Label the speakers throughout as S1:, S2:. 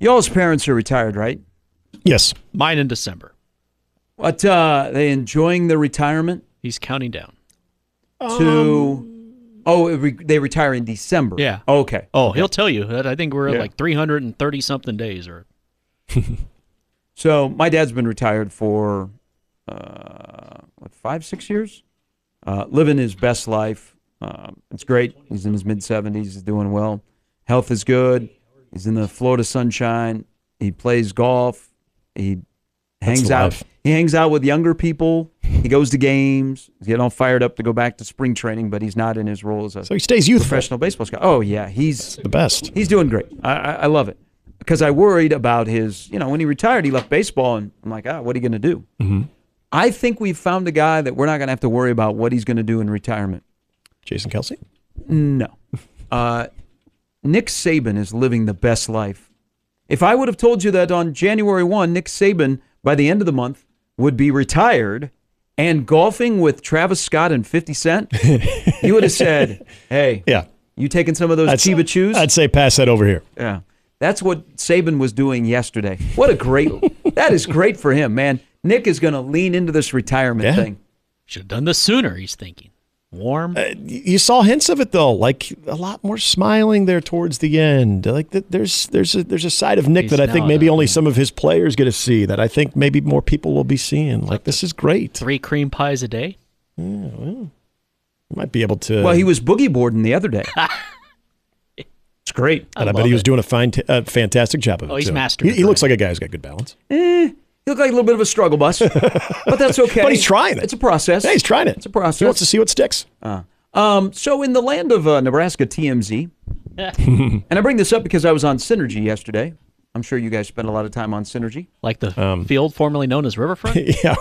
S1: Y'all's parents are retired, right?
S2: Yes.
S3: Mine in December.
S1: What uh they enjoying the retirement
S3: He's counting down.
S1: to Oh, it re- they retire in December.
S3: Yeah.
S1: Okay.
S3: Oh, he'll tell you. that. I think we're at
S1: Yeah.
S3: like 330 something days or
S1: So my dad's been retired for uh, what five, six years, uh, living his best life. Um it's great. He's in his mid seventies. He's doing well. Health is good. He's in the Florida sunshine. He plays golf. He hangs
S2: the
S1: out.
S2: life.
S1: He hangs out with younger people. He goes to games. He's getting all fired up to go back to spring training, but he's not in his role as a
S2: So he stays youthful.
S1: professional baseball scout. Oh yeah, he's
S2: The best.
S1: He's doing great. I, I, I love it because I worried about his. You know, when he retired, he left baseball, and I'm like, ah, what are you going to do? I think we've found a guy that we're not going to have to worry about what he's going to do in retirement.
S2: Jason Kelsey.
S1: No, uh, Nick Saban is living the best life. If I would have told you that on January one, Nick Saban by the end of the month would be retired and golfing with Travis Scott and Fifty Cent, you would have said, "Hey,
S2: Yeah.
S1: you taking some of those
S2: I'd-
S1: Chiba Chews?"
S2: I'd say pass that over here.
S1: Yeah. That's what Saban was doing yesterday. What a great that is great for him, man. Nick is gonna lean into this retirement
S2: Yeah.
S1: thing.
S3: should have done this sooner, he's thinking. Warm.
S2: Uh, you saw hints of it though, like a lot more smiling there towards the end. Like th- there's there's a, there's a side of Nick
S3: He's
S2: that I think
S3: smiling
S2: maybe
S3: out,
S2: only
S3: yeah.
S2: some of his players get to see. That I think maybe more people will be seeing. Like this is great.
S3: Three cream pies a day.
S2: You might be able to.
S1: Well, he was boogie boarding the other day. it's great.
S2: and I, bet he was doing a fine, t- a fantastic job of it.
S3: Oh, he's
S2: too.
S3: mastered
S2: He,
S3: it,
S2: he looks
S3: right.
S2: like a guy who's got good balance.
S1: He looked like a little bit of a struggle bus, but that's okay.
S2: But he's trying it.
S1: It's a process.
S2: Yeah, he's trying it.
S1: It's a process.
S2: He wants to see what sticks.
S1: Um, so in the land of uh, Nebraska TMZ, and I bring this up because I was on Synergy yesterday. I'm sure you guys spend a lot of time on Synergy.
S3: Like the
S2: Um.
S3: field formerly known as Riverfront.
S2: yeah,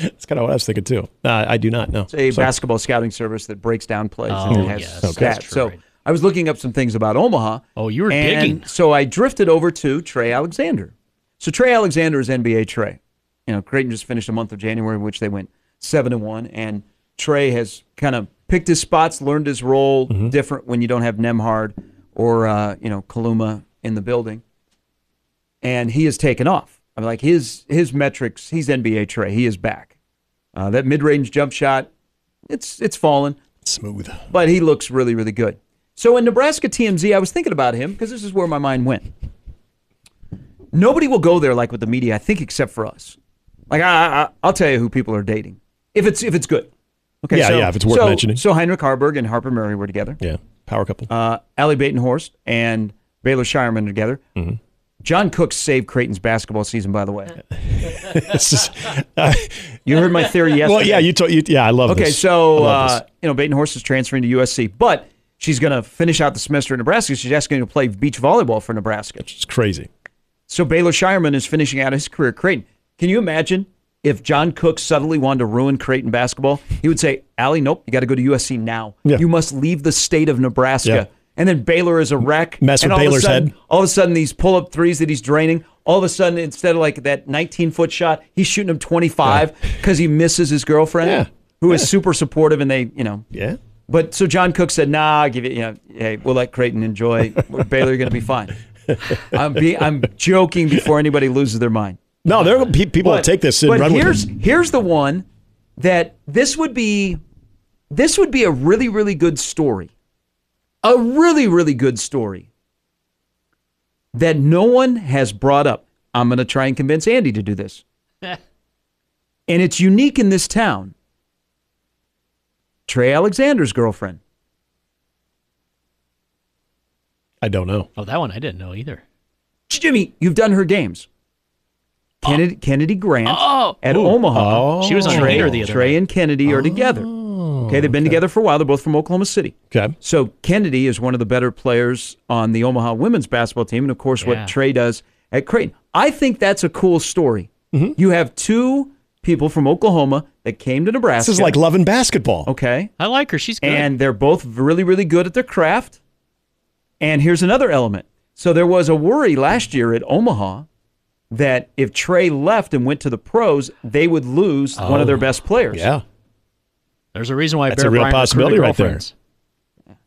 S2: that's kind of what I was thinking too. Uh, I do not know.
S1: It's a basketball scouting service that breaks down plays and
S3: Oh,
S1: it has
S3: yes.
S1: stats.
S3: Okay. That's
S1: So
S3: right.
S1: I was looking up some things about Omaha.
S3: Oh, you were
S1: and
S3: digging.
S1: So I drifted over to Trey Alexander. So Trey Alexander is NBA Trey. You know, Creighton just finished a month of January in which they went seven and one, and Trey has kind of picked his spots, learned his role.
S3: Mm-hmm.
S1: Different when you don't have Nemhard or uh, you know Kaluma in the building and he has taken off. I'm like his his metrics. He's NBA Trey. He is back. Uh, that mid range jump shot, it's it's fallen,
S2: smooth.
S1: but he looks really really good. So in Nebraska TMZ, I was thinking about him because this is where my mind went. Nobody will go there like with the media, I think, except for us. Like I, I I'll tell you who people are dating if it's if it's good. Okay,
S2: Yeah,
S1: so,
S2: yeah, if it's worth
S1: so-
S2: mentioning.
S1: So Heinrich Harburg and Harper Murray were together
S2: Yeah, power couple.
S1: uh, Allie Batenhorst and Baylor Shireman together.
S2: Mm-hmm.
S1: John Cook saved Creighton's basketball season, by the way.
S2: this is, uh,
S1: You heard my theory yesterday.
S2: well, yeah, you, told you. Yeah, I love
S1: Okay,
S2: this. I
S1: so
S2: love
S1: uh,
S2: this.
S1: you know Batenhorst is transferring to USC, but she's going to finish out the semester in Nebraska. She's asking to play beach volleyball for Nebraska.
S2: it's crazy.
S1: So Baylor Shireman is finishing out his career at Creighton. Can you imagine if John Cook suddenly wanted to ruin Creighton basketball? He would say, Allie, nope, you got to go to USC now.
S2: Yeah.
S1: You must leave the state of Nebraska.
S2: Yeah.
S1: And then Baylor is a wreck.
S2: Mess
S1: and all of
S2: with
S1: a
S2: Baylor's
S1: sudden-
S2: head.
S1: All of a sudden, these pull up threes that he's draining, all of a sudden, instead of like that 19 foot shot, he's shooting him 25 because he misses his girlfriend, who
S2: Yeah.
S1: is super supportive. And they, you know,
S2: Yeah.
S1: but so John Cook said, "Nah, I'll give it. You know, hey, we'll let Creighton enjoy. Baylor going to be fine." I'm be, I'm joking before anybody loses their mind.
S2: No, there are pe- people that
S1: But-
S2: take this and
S1: but
S2: run with
S1: here's
S2: it.
S1: here's the one that this would be this would be a really really good story, a really really good story that no one has brought up. I'm going to try and convince Andy to do this, and it's unique in this town. Trey Alexander's girlfriend.
S2: I don't know.
S3: oh, that one I didn't know either.
S1: Jimmy, you've done her games. Kennedy, Kennedy Grant at Omaha.
S2: Oh. Oh, She was
S3: on the
S1: Trey,
S3: heater the other
S1: Trey
S3: night.
S1: and Kennedy are together. Okay, they've been together for a while. They're both from Oklahoma City.
S2: Okay.
S1: So Kennedy is one of the better players on the Omaha women's basketball team, and of course,
S3: Yeah.
S1: what Trey does at Creighton. I think that's a cool story.
S2: Mm-hmm.
S1: You have two people from Oklahoma that came to Nebraska.
S2: This is like loving basketball.
S1: okay,
S3: I like her. She's good.
S1: and they're both really, really good at their craft. And here's another element. So there was a worry last year at Omaha that if Trey left and went to the pros, they would lose one of their best players.
S2: Oh, Yeah.
S3: There's a reason why
S2: That's a
S3: Bear
S2: real
S3: Bryant recruited
S2: possibility right there.
S3: girlfriends.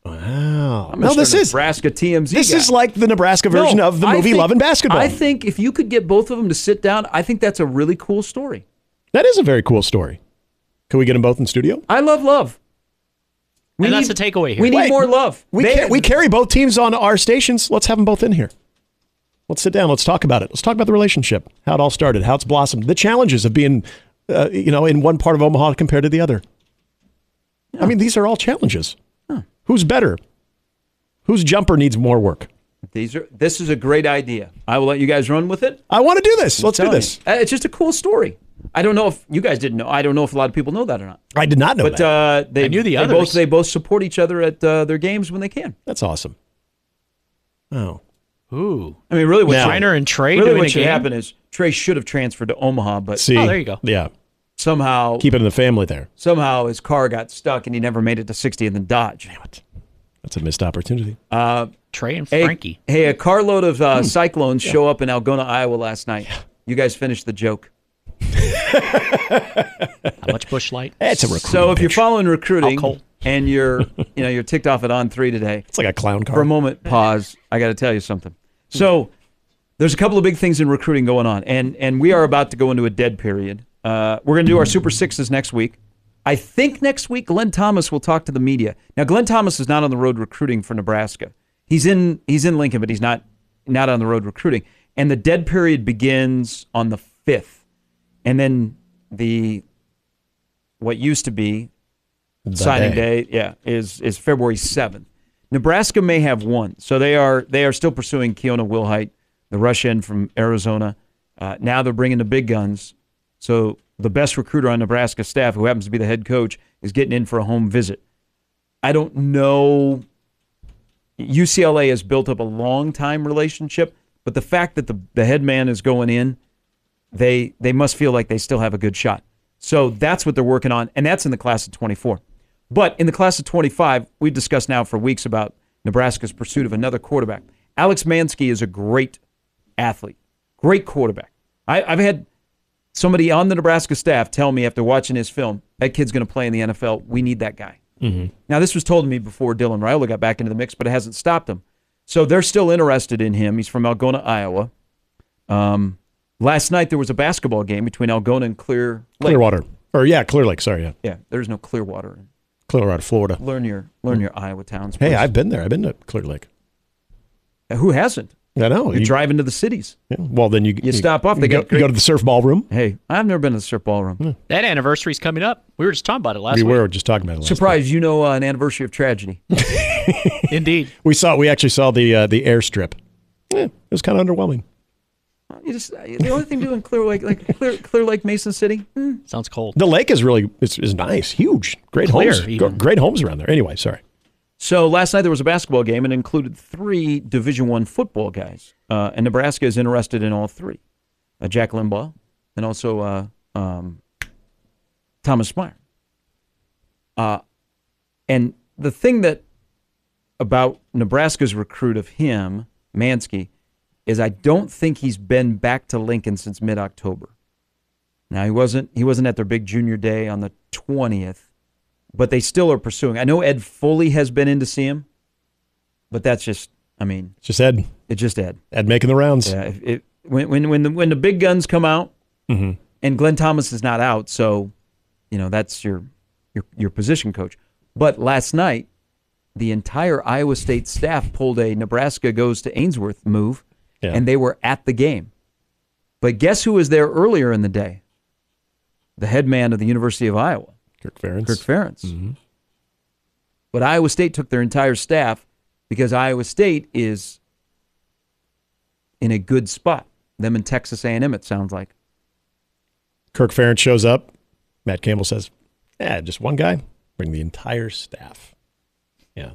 S2: Wow.
S1: I'm
S2: No,
S1: Mr.
S2: this is
S1: Nebraska TMZ.
S2: this
S1: guy.
S2: is like the Nebraska version
S1: No,
S2: of the
S1: I
S2: movie
S1: think-
S2: Love and Basketball.
S1: I think if you could get both of them to sit down, I think that's a really cool story.
S2: that is a very cool story. Can we get them both in studio?
S1: I love love.
S3: And that's the takeaway here.
S1: We need
S2: Wait,
S1: more love.
S2: We,
S1: They-
S2: ca- we carry both teams on our stations. Let's have them both in here. Let's sit down. Let's talk about it. Let's talk about the relationship, how it all started, how it's blossomed, the challenges of being, uh, you know, in one part of Omaha compared to the other. I mean, these are all challenges. Who's better? Whose jumper needs more work?
S1: These are. This is a great idea. I will let you guys run with it.
S2: I want to do this. Let's do
S1: Telling
S2: this.
S1: you. Uh, It's just a cool story. I don't know if you guys didn't know. I don't know if a lot of people know that or not.
S2: I did not know
S1: But
S2: that.
S1: uh, they
S3: I knew the
S1: they
S3: others.
S1: both they both support each other at uh, their games when they can.
S2: That's awesome. Oh,
S3: Ooh.
S1: I mean, really, what
S2: Now-
S3: Trainer and Trey
S1: really
S3: doing
S1: what
S3: a
S1: should
S3: game?
S1: happen is Trey should have transferred to Omaha, but
S2: see,
S3: Oh, there you go.
S2: Yeah,
S1: somehow
S2: keep it in the family. There,
S1: somehow his car got stuck and he never made it to 60th and Dodge.
S2: that's a missed opportunity.
S3: Trey and
S1: Hey,
S3: Frankie.
S1: Hey, a carload of uh,
S2: Hmm.
S1: cyclones show up in Algona, Iowa last night. You guys finished the joke.
S3: How much bush light?
S2: It's a recruiting
S1: So if you're
S2: picture.
S1: following recruiting
S3: Alcohol.
S1: and you're you know you're ticked off at on three today,
S2: it's like a clown car.
S1: for a moment, pause. I got to tell you something. So there's a couple of big things in recruiting going on, and and we are about to go into a dead period. Uh, we're going to do our Super Sixes next week. I think next week Glenn Thomas will talk to the media. Now Glenn Thomas is not on the road recruiting for Nebraska. He's in he's in Lincoln, but he's not not on the road recruiting. And the dead period begins on the fifth, and then the what used to be
S2: The
S1: signing day. yeah, is is February seventh. Nebraska may have one, so they are they are still pursuing Keona Wilhite, the Russian from Arizona. Uh, now they're bringing the big guns. So the best recruiter on Nebraska staff, who happens to be the head coach, is getting in for a home visit. I don't know. UCLA has built up a long time relationship, but the fact that the the head man is going in they they must feel like they still have a good shot. So that's what they're working on, and that's in the class of 24. But in the class of 25, we've discussed now for weeks about Nebraska's pursuit of another quarterback. Alex Mansky is a great athlete, great quarterback. I, I've had somebody on the Nebraska staff tell me after watching his film, that kid's going to play in the NFL. We need that guy. Now, this was told to me before Dylan Raiola got back into the mix, but it hasn't stopped him. So they're still interested in him. He's from Algona, Iowa. Um, last night there was a basketball game between Algona and Clear Lake.
S2: Clearwater, or yeah, Clear Lake. Sorry, yeah,
S1: Yeah, there's no Clearwater.
S2: Clearwater, Florida.
S1: Learn your learn your Iowa towns.
S2: Hey,
S1: please. Uh,
S2: I've been there. I've been to Clear Lake.
S1: who hasn't?
S2: I know.
S1: You're driving to the cities.
S2: yeah, Well, then you
S1: You stop off, they
S2: you go,
S1: got great-
S2: you go to the surf ballroom.
S1: Hey, I've never been to the surf ballroom.
S3: That anniversary's coming up. We were just talking about it last
S2: we
S3: week.
S2: were just talking about it. Last
S1: Surprised you know uh, an anniversary of tragedy.
S3: Indeed.
S2: night. We saw. We actually saw the uh, the airstrip. Eh, it was kind of underwhelming.
S1: you just uh, the only thing to do in Clear Lake, like Clear, Clear Lake Mason City. Hmm.
S3: Sounds cold.
S2: The lake is really it's, is nice, huge, great
S3: Clear,
S2: homes,
S3: even.
S2: gr- great homes around there. Anyway, sorry.
S1: So last night there was a basketball game and included three Division One football guys, uh, and Nebraska is interested in all three: uh, Jack Limbaugh and also uh, um, Thomas Meyer. Uh, and the thing that about Nebraska's recruit of him Mansky is I don't think he's been back to Lincoln since mid-October. Now he wasn't he wasn't at their big junior day on the twentieth but they still are pursuing. I know Ed Foley has been in to see him, but that's just, I mean,
S2: It's just Ed,
S1: it's just Ed.
S2: Ed making the rounds.
S1: Yeah, if it, when when when the when the big guns come out, and Glenn Thomas is not out, so you know that's your your your position coach. But last night, the entire Iowa State staff pulled a Nebraska goes to Ainsworth move,
S2: Yeah.
S1: and they were at the game. But guess who was there earlier in the day? The head man of the University of Iowa.
S2: Kirk Ferentz.
S1: Kirk Ferentz. But Iowa State took their entire staff because Iowa State is in a good spot. Them and Texas A&M, it sounds like.
S2: Kirk Ferentz shows up. Matt Campbell says, "Yeah, just one guy. Bring the entire staff. Yeah,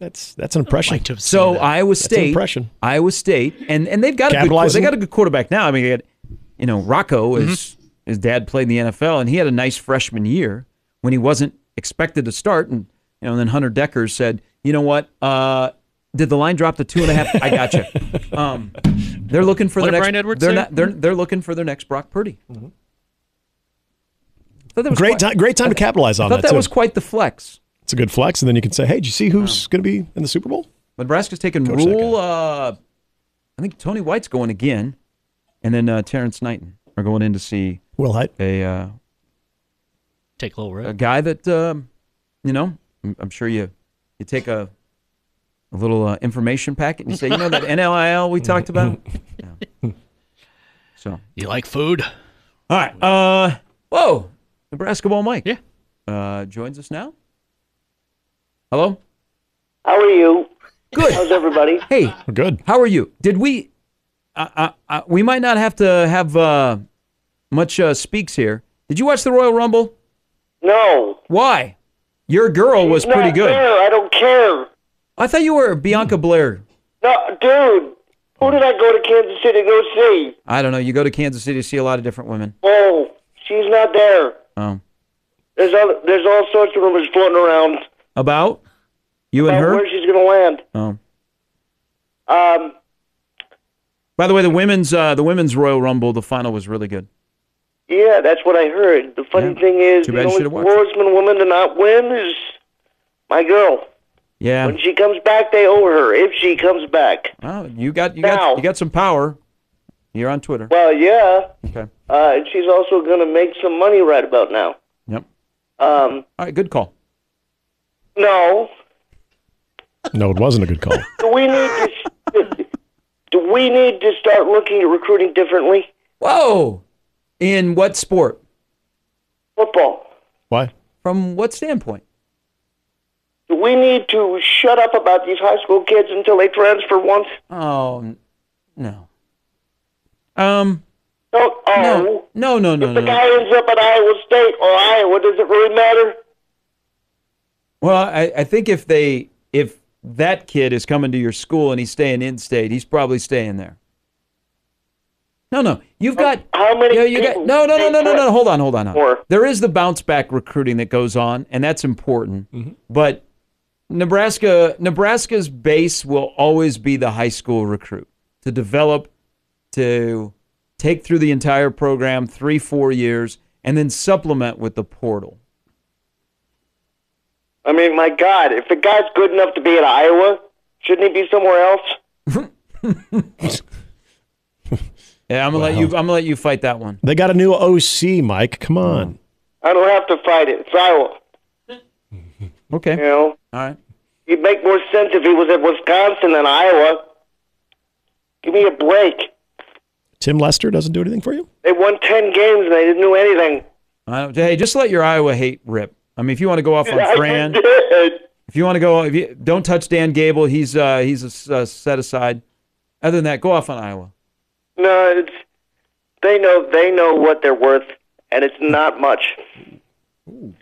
S2: that's that's an impression.
S3: Like to have
S1: So
S3: seen that.
S1: Iowa
S2: uh, an
S1: State,
S2: impression.
S1: Iowa State, and and they've got a good,
S2: Capitalizing.
S1: they got a good quarterback now. I mean, they got- you know, Rocco is
S2: Mm-hmm.
S1: his dad played in the NFL, and he had a nice freshman year when he wasn't expected to start, and you know, and then Hunter Decker said, you know what, uh, did the line drop to two and a half? I gotcha. Um, they're looking for
S3: What
S1: their
S3: did
S1: next.
S3: Brian Edwards
S1: they're
S3: say?
S1: not. They're they're looking for their next Brock Purdy. Thought that was
S2: Mm-hmm. Great
S1: quite-
S2: time, great time to capitalize on
S1: Thought
S2: that.
S1: that
S2: too.
S1: was quite the flex.
S2: it's a good flex, and then you can say, "Hey, did you see who's going to be in the Super Bowl?"
S1: But Nebraska's taking
S2: Coach that
S1: rule. Uh, I think Tony White's going again, and then uh, Terrence Knighton are going in to see
S2: Will Height.
S1: a uh,
S3: Take Lil Road.
S1: a guy that um, you know. I'm I'm sure you you take a a little uh, information packet and you say, you know that NLIL we talked about. Yeah. So
S3: You like food?
S1: all right. Uh, whoa, Nebraska ball Mike
S3: Yeah.
S1: uh, joins us now. Hello.
S4: How are you?
S1: Good.
S4: How's everybody?
S1: Hey,
S2: We're good.
S1: How are you? Did we? Uh, uh, uh, we might not have to have uh, much uh, speaks here. Did you watch the Royal Rumble?
S4: No.
S1: Why? Your girl was
S4: Not
S1: pretty good.
S4: There. I don't care.
S1: I thought you were Bianca Blair.
S4: No, dude. Who did I go to Kansas City to go see?
S1: I don't know. You go to Kansas City to see a lot of different women.
S4: Oh, she's not there.
S1: Oh.
S4: There's other, there's all sorts of rumors floating around
S1: About you and
S4: about
S1: her.
S4: where she's going to land.
S1: Oh.
S4: Um,
S1: By the way, the women's uh, the women's Royal Rumble. The final was really good.
S4: yeah, that's what I heard. The funny
S1: Yeah.
S4: thing is,
S1: Too
S4: the
S1: bad you
S4: only
S1: should've watched it.
S4: Warsman woman to not win is my girl.
S1: Yeah.
S4: When she comes back, they owe her. If she comes back,
S1: Well, you got you
S4: Now-
S1: got you got some power. You're on Twitter.
S4: well, yeah.
S1: Okay.
S4: Uh, and she's also going to make some money right about now.
S1: Yep.
S4: Um,
S1: All right. Good call.
S4: no,
S2: No, it wasn't a good call.
S4: do we need to do we need to start looking at recruiting differently?
S1: Whoa. In what sport?
S4: Football.
S2: Why?
S1: From what standpoint?
S4: Do we need to shut up about these high school kids until they transfer once?
S1: Oh n- no. Um
S4: No.
S1: no
S4: Oh,
S1: no no no
S4: if
S1: no.
S4: the
S1: no.
S4: guy ends up at Iowa State or Iowa, does it really matter?
S1: Well, I, I think if they if that kid is coming to your school and he's staying in state, he's probably staying there. No, no, you've got
S4: How many
S1: Yeah, you got
S4: people
S1: no, no, no, no, no, no.
S4: take-
S1: Hold on, hold on. hold on.
S4: Or-
S1: There is the bounce back recruiting that goes on, and that's important. But Nebraska, Nebraska's base will always be the high school recruit to develop, to take through the entire program three, four years, and then supplement with the portal.
S4: I mean, my God, if the guy's good enough to be at Iowa, shouldn't he be somewhere else?
S1: Yeah, I'm gonna let you. I'm gonna let you fight that one.
S2: They got a new OC, Mike. Come on.
S4: I don't have to fight it. It's Iowa.
S1: Okay.
S4: You know,
S1: All right.
S4: it'd make more sense if he was at Wisconsin than Iowa. Give me a break.
S2: Tim Lester doesn't do anything for you.
S4: They won 10 games and they didn't do anything.
S1: I don't, hey, just let your Iowa hate rip. I mean, if you want to go off on
S4: I
S1: Fran,
S4: did.
S1: If you want to go, if you don't touch Dan Gable, he's uh, he's a s- uh, set aside. Other than that, go off on Iowa.
S4: No, it's, they know they know what they're worth, and it's not much. Uh,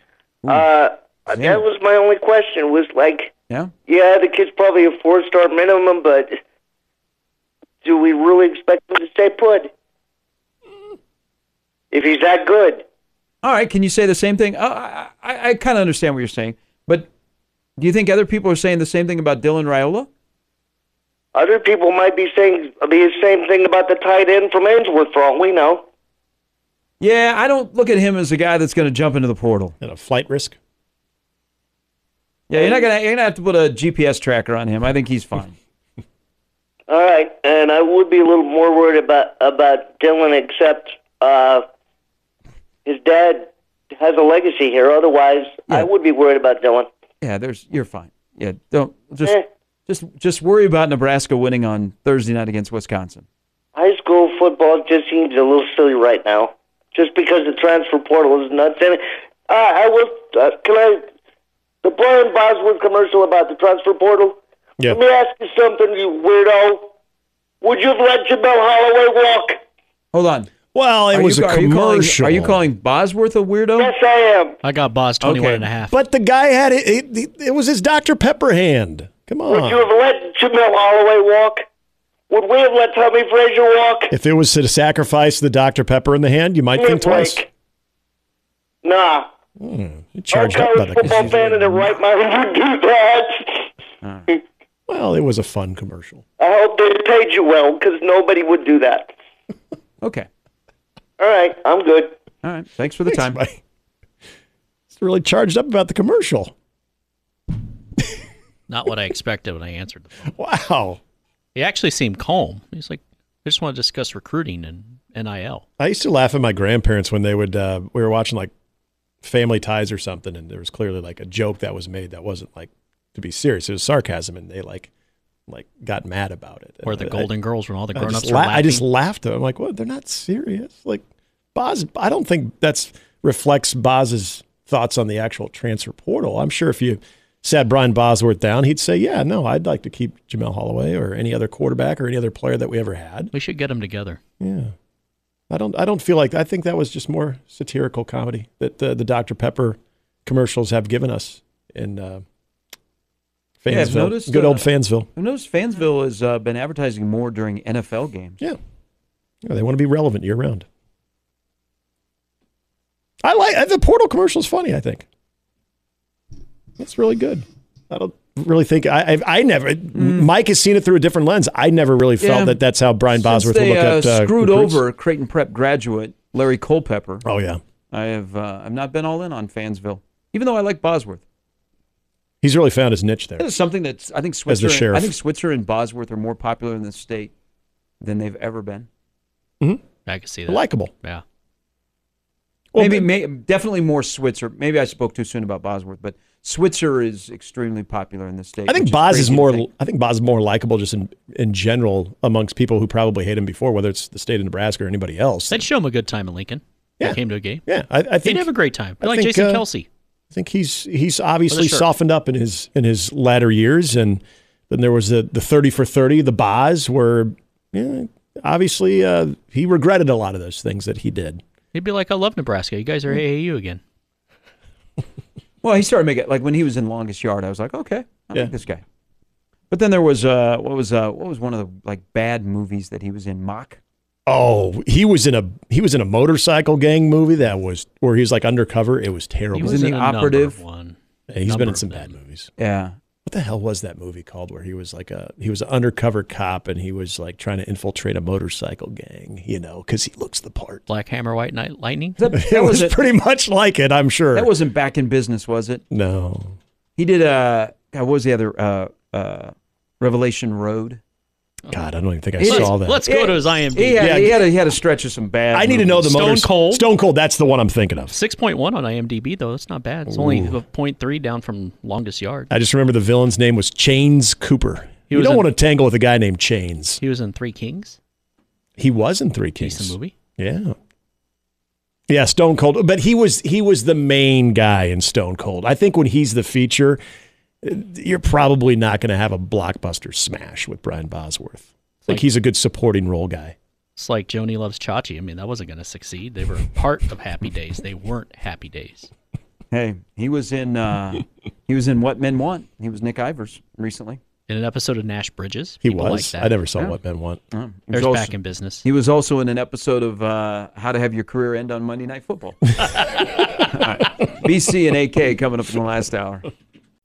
S1: Damn.
S4: that was my only question. Was like,
S1: Yeah,
S4: yeah, the kid's probably a four-star minimum, but do we really expect him to stay put if he's that good?
S1: all right. Can you say the same thing? Uh, I I, I kind of understand what you're saying, but do you think other people are saying the same thing about Dylan Raiola?
S4: Other people might be saying the same thing about the tight end from Ainsworth, for all we know.
S1: Yeah, I don't look at him as a guy that's going to jump into the portal.
S2: And a flight risk.
S1: Yeah, you're not gonna you're gonna have to put a GPS tracker on him. I think he's fine.
S4: All right, and I would be a little more worried about about Dylan, except uh, his dad has a legacy here. Otherwise, I would be worried about Dylan.
S1: Yeah, there's you're fine. Yeah, don't just
S4: Eh,
S1: just just worry about Nebraska winning on Thursday night against Wisconsin.
S4: high school football just seems a little silly right now, just because the transfer portal is nuts. And uh, I was uh, can I the Brian Bosworth commercial about the transfer portal?
S2: Yeah.
S4: Let me ask you something, you weirdo. Would you have let Jamel Holloway walk?
S1: Hold on.
S2: Well, it
S1: Are
S2: was
S1: you,
S2: a
S1: are you calling,
S2: commercial.
S1: are you calling Bosworth a weirdo?
S4: Yes, I am.
S3: I got Boz 21
S1: Okay.
S3: and a half.
S2: But the guy had it. It, it, it was his Dr. Pepper hand. Come
S4: Would you
S2: on.
S4: have let Jamel Holloway walk? Would we have let Tommy Frazier walk?
S2: If it was to sacrifice the Dr. Pepper in the hand, you might
S4: Give me a
S2: think twice.
S4: break. Nah.
S2: You
S4: I'm a
S2: charged up
S4: college
S2: about it.
S4: football fan and the right mind would do that.
S2: Well, it was a fun commercial.
S4: I hope they paid you well because nobody would do that.
S1: Okay.
S4: All right, I'm good.
S1: All right. Thanks for the time.
S2: Somebody- It's really charged up about the commercial.
S3: Not what I expected when I answered the phone.
S2: Wow.
S3: He actually seemed calm. He's like, I just want to discuss recruiting and NIL.
S2: I used to laugh at my grandparents when they would, uh, we were watching like Family Ties or something, and there was clearly like a joke that was made that wasn't like to be serious. It was sarcasm, and they like, like got mad about it.
S3: Or the
S2: And Uh, I-
S3: Golden Girls when all the
S2: I
S3: grown
S2: just
S3: ups are
S2: la-
S3: laughing.
S2: I just laughed at him. Like, what? They're not serious. Like, Boz, I don't think that's reflects Boz's thoughts on the actual transfer portal. I'm sure if you sat Brian Bosworth down, he'd say, yeah, no, I'd like to keep Jamel Holloway or any other quarterback or any other player that we ever had.
S3: we should get them together.
S2: Yeah. I don't, I don't feel like, I think that was just more satirical comedy that the, the Dr. Pepper commercials have given us in uh, Fansville.
S1: Yeah, I've noticed,
S2: Good
S1: uh,
S2: old Fansville.
S1: Who knows? Fansville has uh, been advertising more during NFL games.
S2: Yeah. Yeah, they want to be relevant year round. I like uh, the portal commercial is funny. I think it's really good. I don't really think I I, I never Mike has seen it through a different lens. I never really felt
S1: Hmm. Yeah.
S2: that that's how Brian Bosworth
S1: Since they
S2: will look at
S1: uh,
S2: uh,
S1: screwed
S2: recruits.
S1: over Creighton Prep graduate Larry Culpepper.
S2: Oh yeah,
S1: I have uh, I've not been all in on Fansville, even though I like Bosworth.
S2: he's really found his niche
S1: That
S2: there.
S1: is something that's I think
S2: the
S1: Switzer. and- I
S2: sheriff.
S1: think Switzer and Bosworth are more popular in the state than they've ever been.
S3: I could see that.
S2: Likable.
S3: yeah.
S2: Well,
S1: maybe
S2: the-
S1: may, definitely more Switzer. Maybe I spoke too soon about Bosworth, but Switzer is extremely popular in the state.
S2: I think
S1: which
S2: Boz
S1: crazy
S2: is
S1: to
S2: more.
S1: think.
S2: I think Boz is more likable just in in general amongst people who probably hate him before, whether it's the state of Nebraska or anybody else.
S3: They'd show him a good time in Lincoln.
S2: Yeah.
S3: They came to a game.
S2: yeah, I, I think
S3: He'd have a great time.
S2: I
S3: like
S2: think,
S3: Jason
S2: uh,
S3: Kelsey.
S2: I think he's he's obviously
S3: shirt.
S2: softened up in his in his latter years, and then there was the the thirty for thirty, the Boz, where yeah, obviously uh, he regretted a lot of those things that he did.
S3: He'd be like, I love Nebraska. You guys are
S2: Mm-hmm.
S3: AAU again.
S1: Well, he started making like when he was in longest yard. I was like, okay, I
S2: Yeah.
S1: like this guy. But then there was uh, what was uh, what was one of the like bad movies that he was in? Mock.
S2: Oh, he was in a he was in a motorcycle gang movie that was where he was like undercover. It was terrible.
S3: He
S2: He
S1: was
S3: was
S1: in
S3: in
S1: the
S3: a number
S1: operative.
S3: one.
S2: has been
S3: number
S2: in some
S3: of
S2: bad
S3: them.
S2: movies.
S1: Yeah.
S2: What the hell was that movie called where he was like a he was an undercover cop and he was like trying to infiltrate a motorcycle gang, you know, because he looks the part.
S3: Black Hammer, White Night Lightning.
S1: That, that
S2: It was
S1: wasn't-
S2: pretty much like it, I'm sure.
S1: that wasn't back in business, was it?
S2: no.
S1: He did uh, God, what was the other uh, uh, Revelation Road?
S2: God, I don't even think I
S1: It is-
S2: saw that.
S3: Let's go to his
S1: He
S3: IMDb.
S1: had,
S2: Yeah.
S1: he had a, he had a stretch of some bad.
S2: I need to know the
S3: Stone
S2: motors.
S3: Cold?
S2: Stone Cold. That's the one I'm thinking of.
S3: 6.1 on IMDb, though. That's not bad. It's only a 0.3 down from longest yard.
S2: I just remember the villain's name was Chains Cooper.
S3: He
S2: you
S3: was
S2: don't
S3: in-
S2: want to tangle with a guy named Chains.
S3: He was in Three Kings.
S2: He was in Three Kings.
S3: Decent movie.
S2: Yeah. Yeah, Stone Cold. But he was he was the main guy in Stone Cold. I think when he's the feature, you're probably not going to have a blockbuster smash with Brian Bosworth. I think
S3: Like-
S2: he's a good supporting role guy.
S3: It's like Joni loves Chachi. I mean, that wasn't going to succeed. They were part of Happy Days. They weren't Happy Days.
S1: Hey, he was in uh, he was in What Men Want. He was Nick Ivers recently.
S3: In an episode of Nash Bridges,
S2: He
S3: people
S2: was.
S3: Like that.
S2: I never saw
S1: Yeah.
S2: What Men Want.
S1: Oh, he was
S3: There's
S1: also-
S3: back in business.
S1: He was also in an episode of uh, How to Have Your Career End on Monday Night Football. All right. BC and AK coming up in the last hour.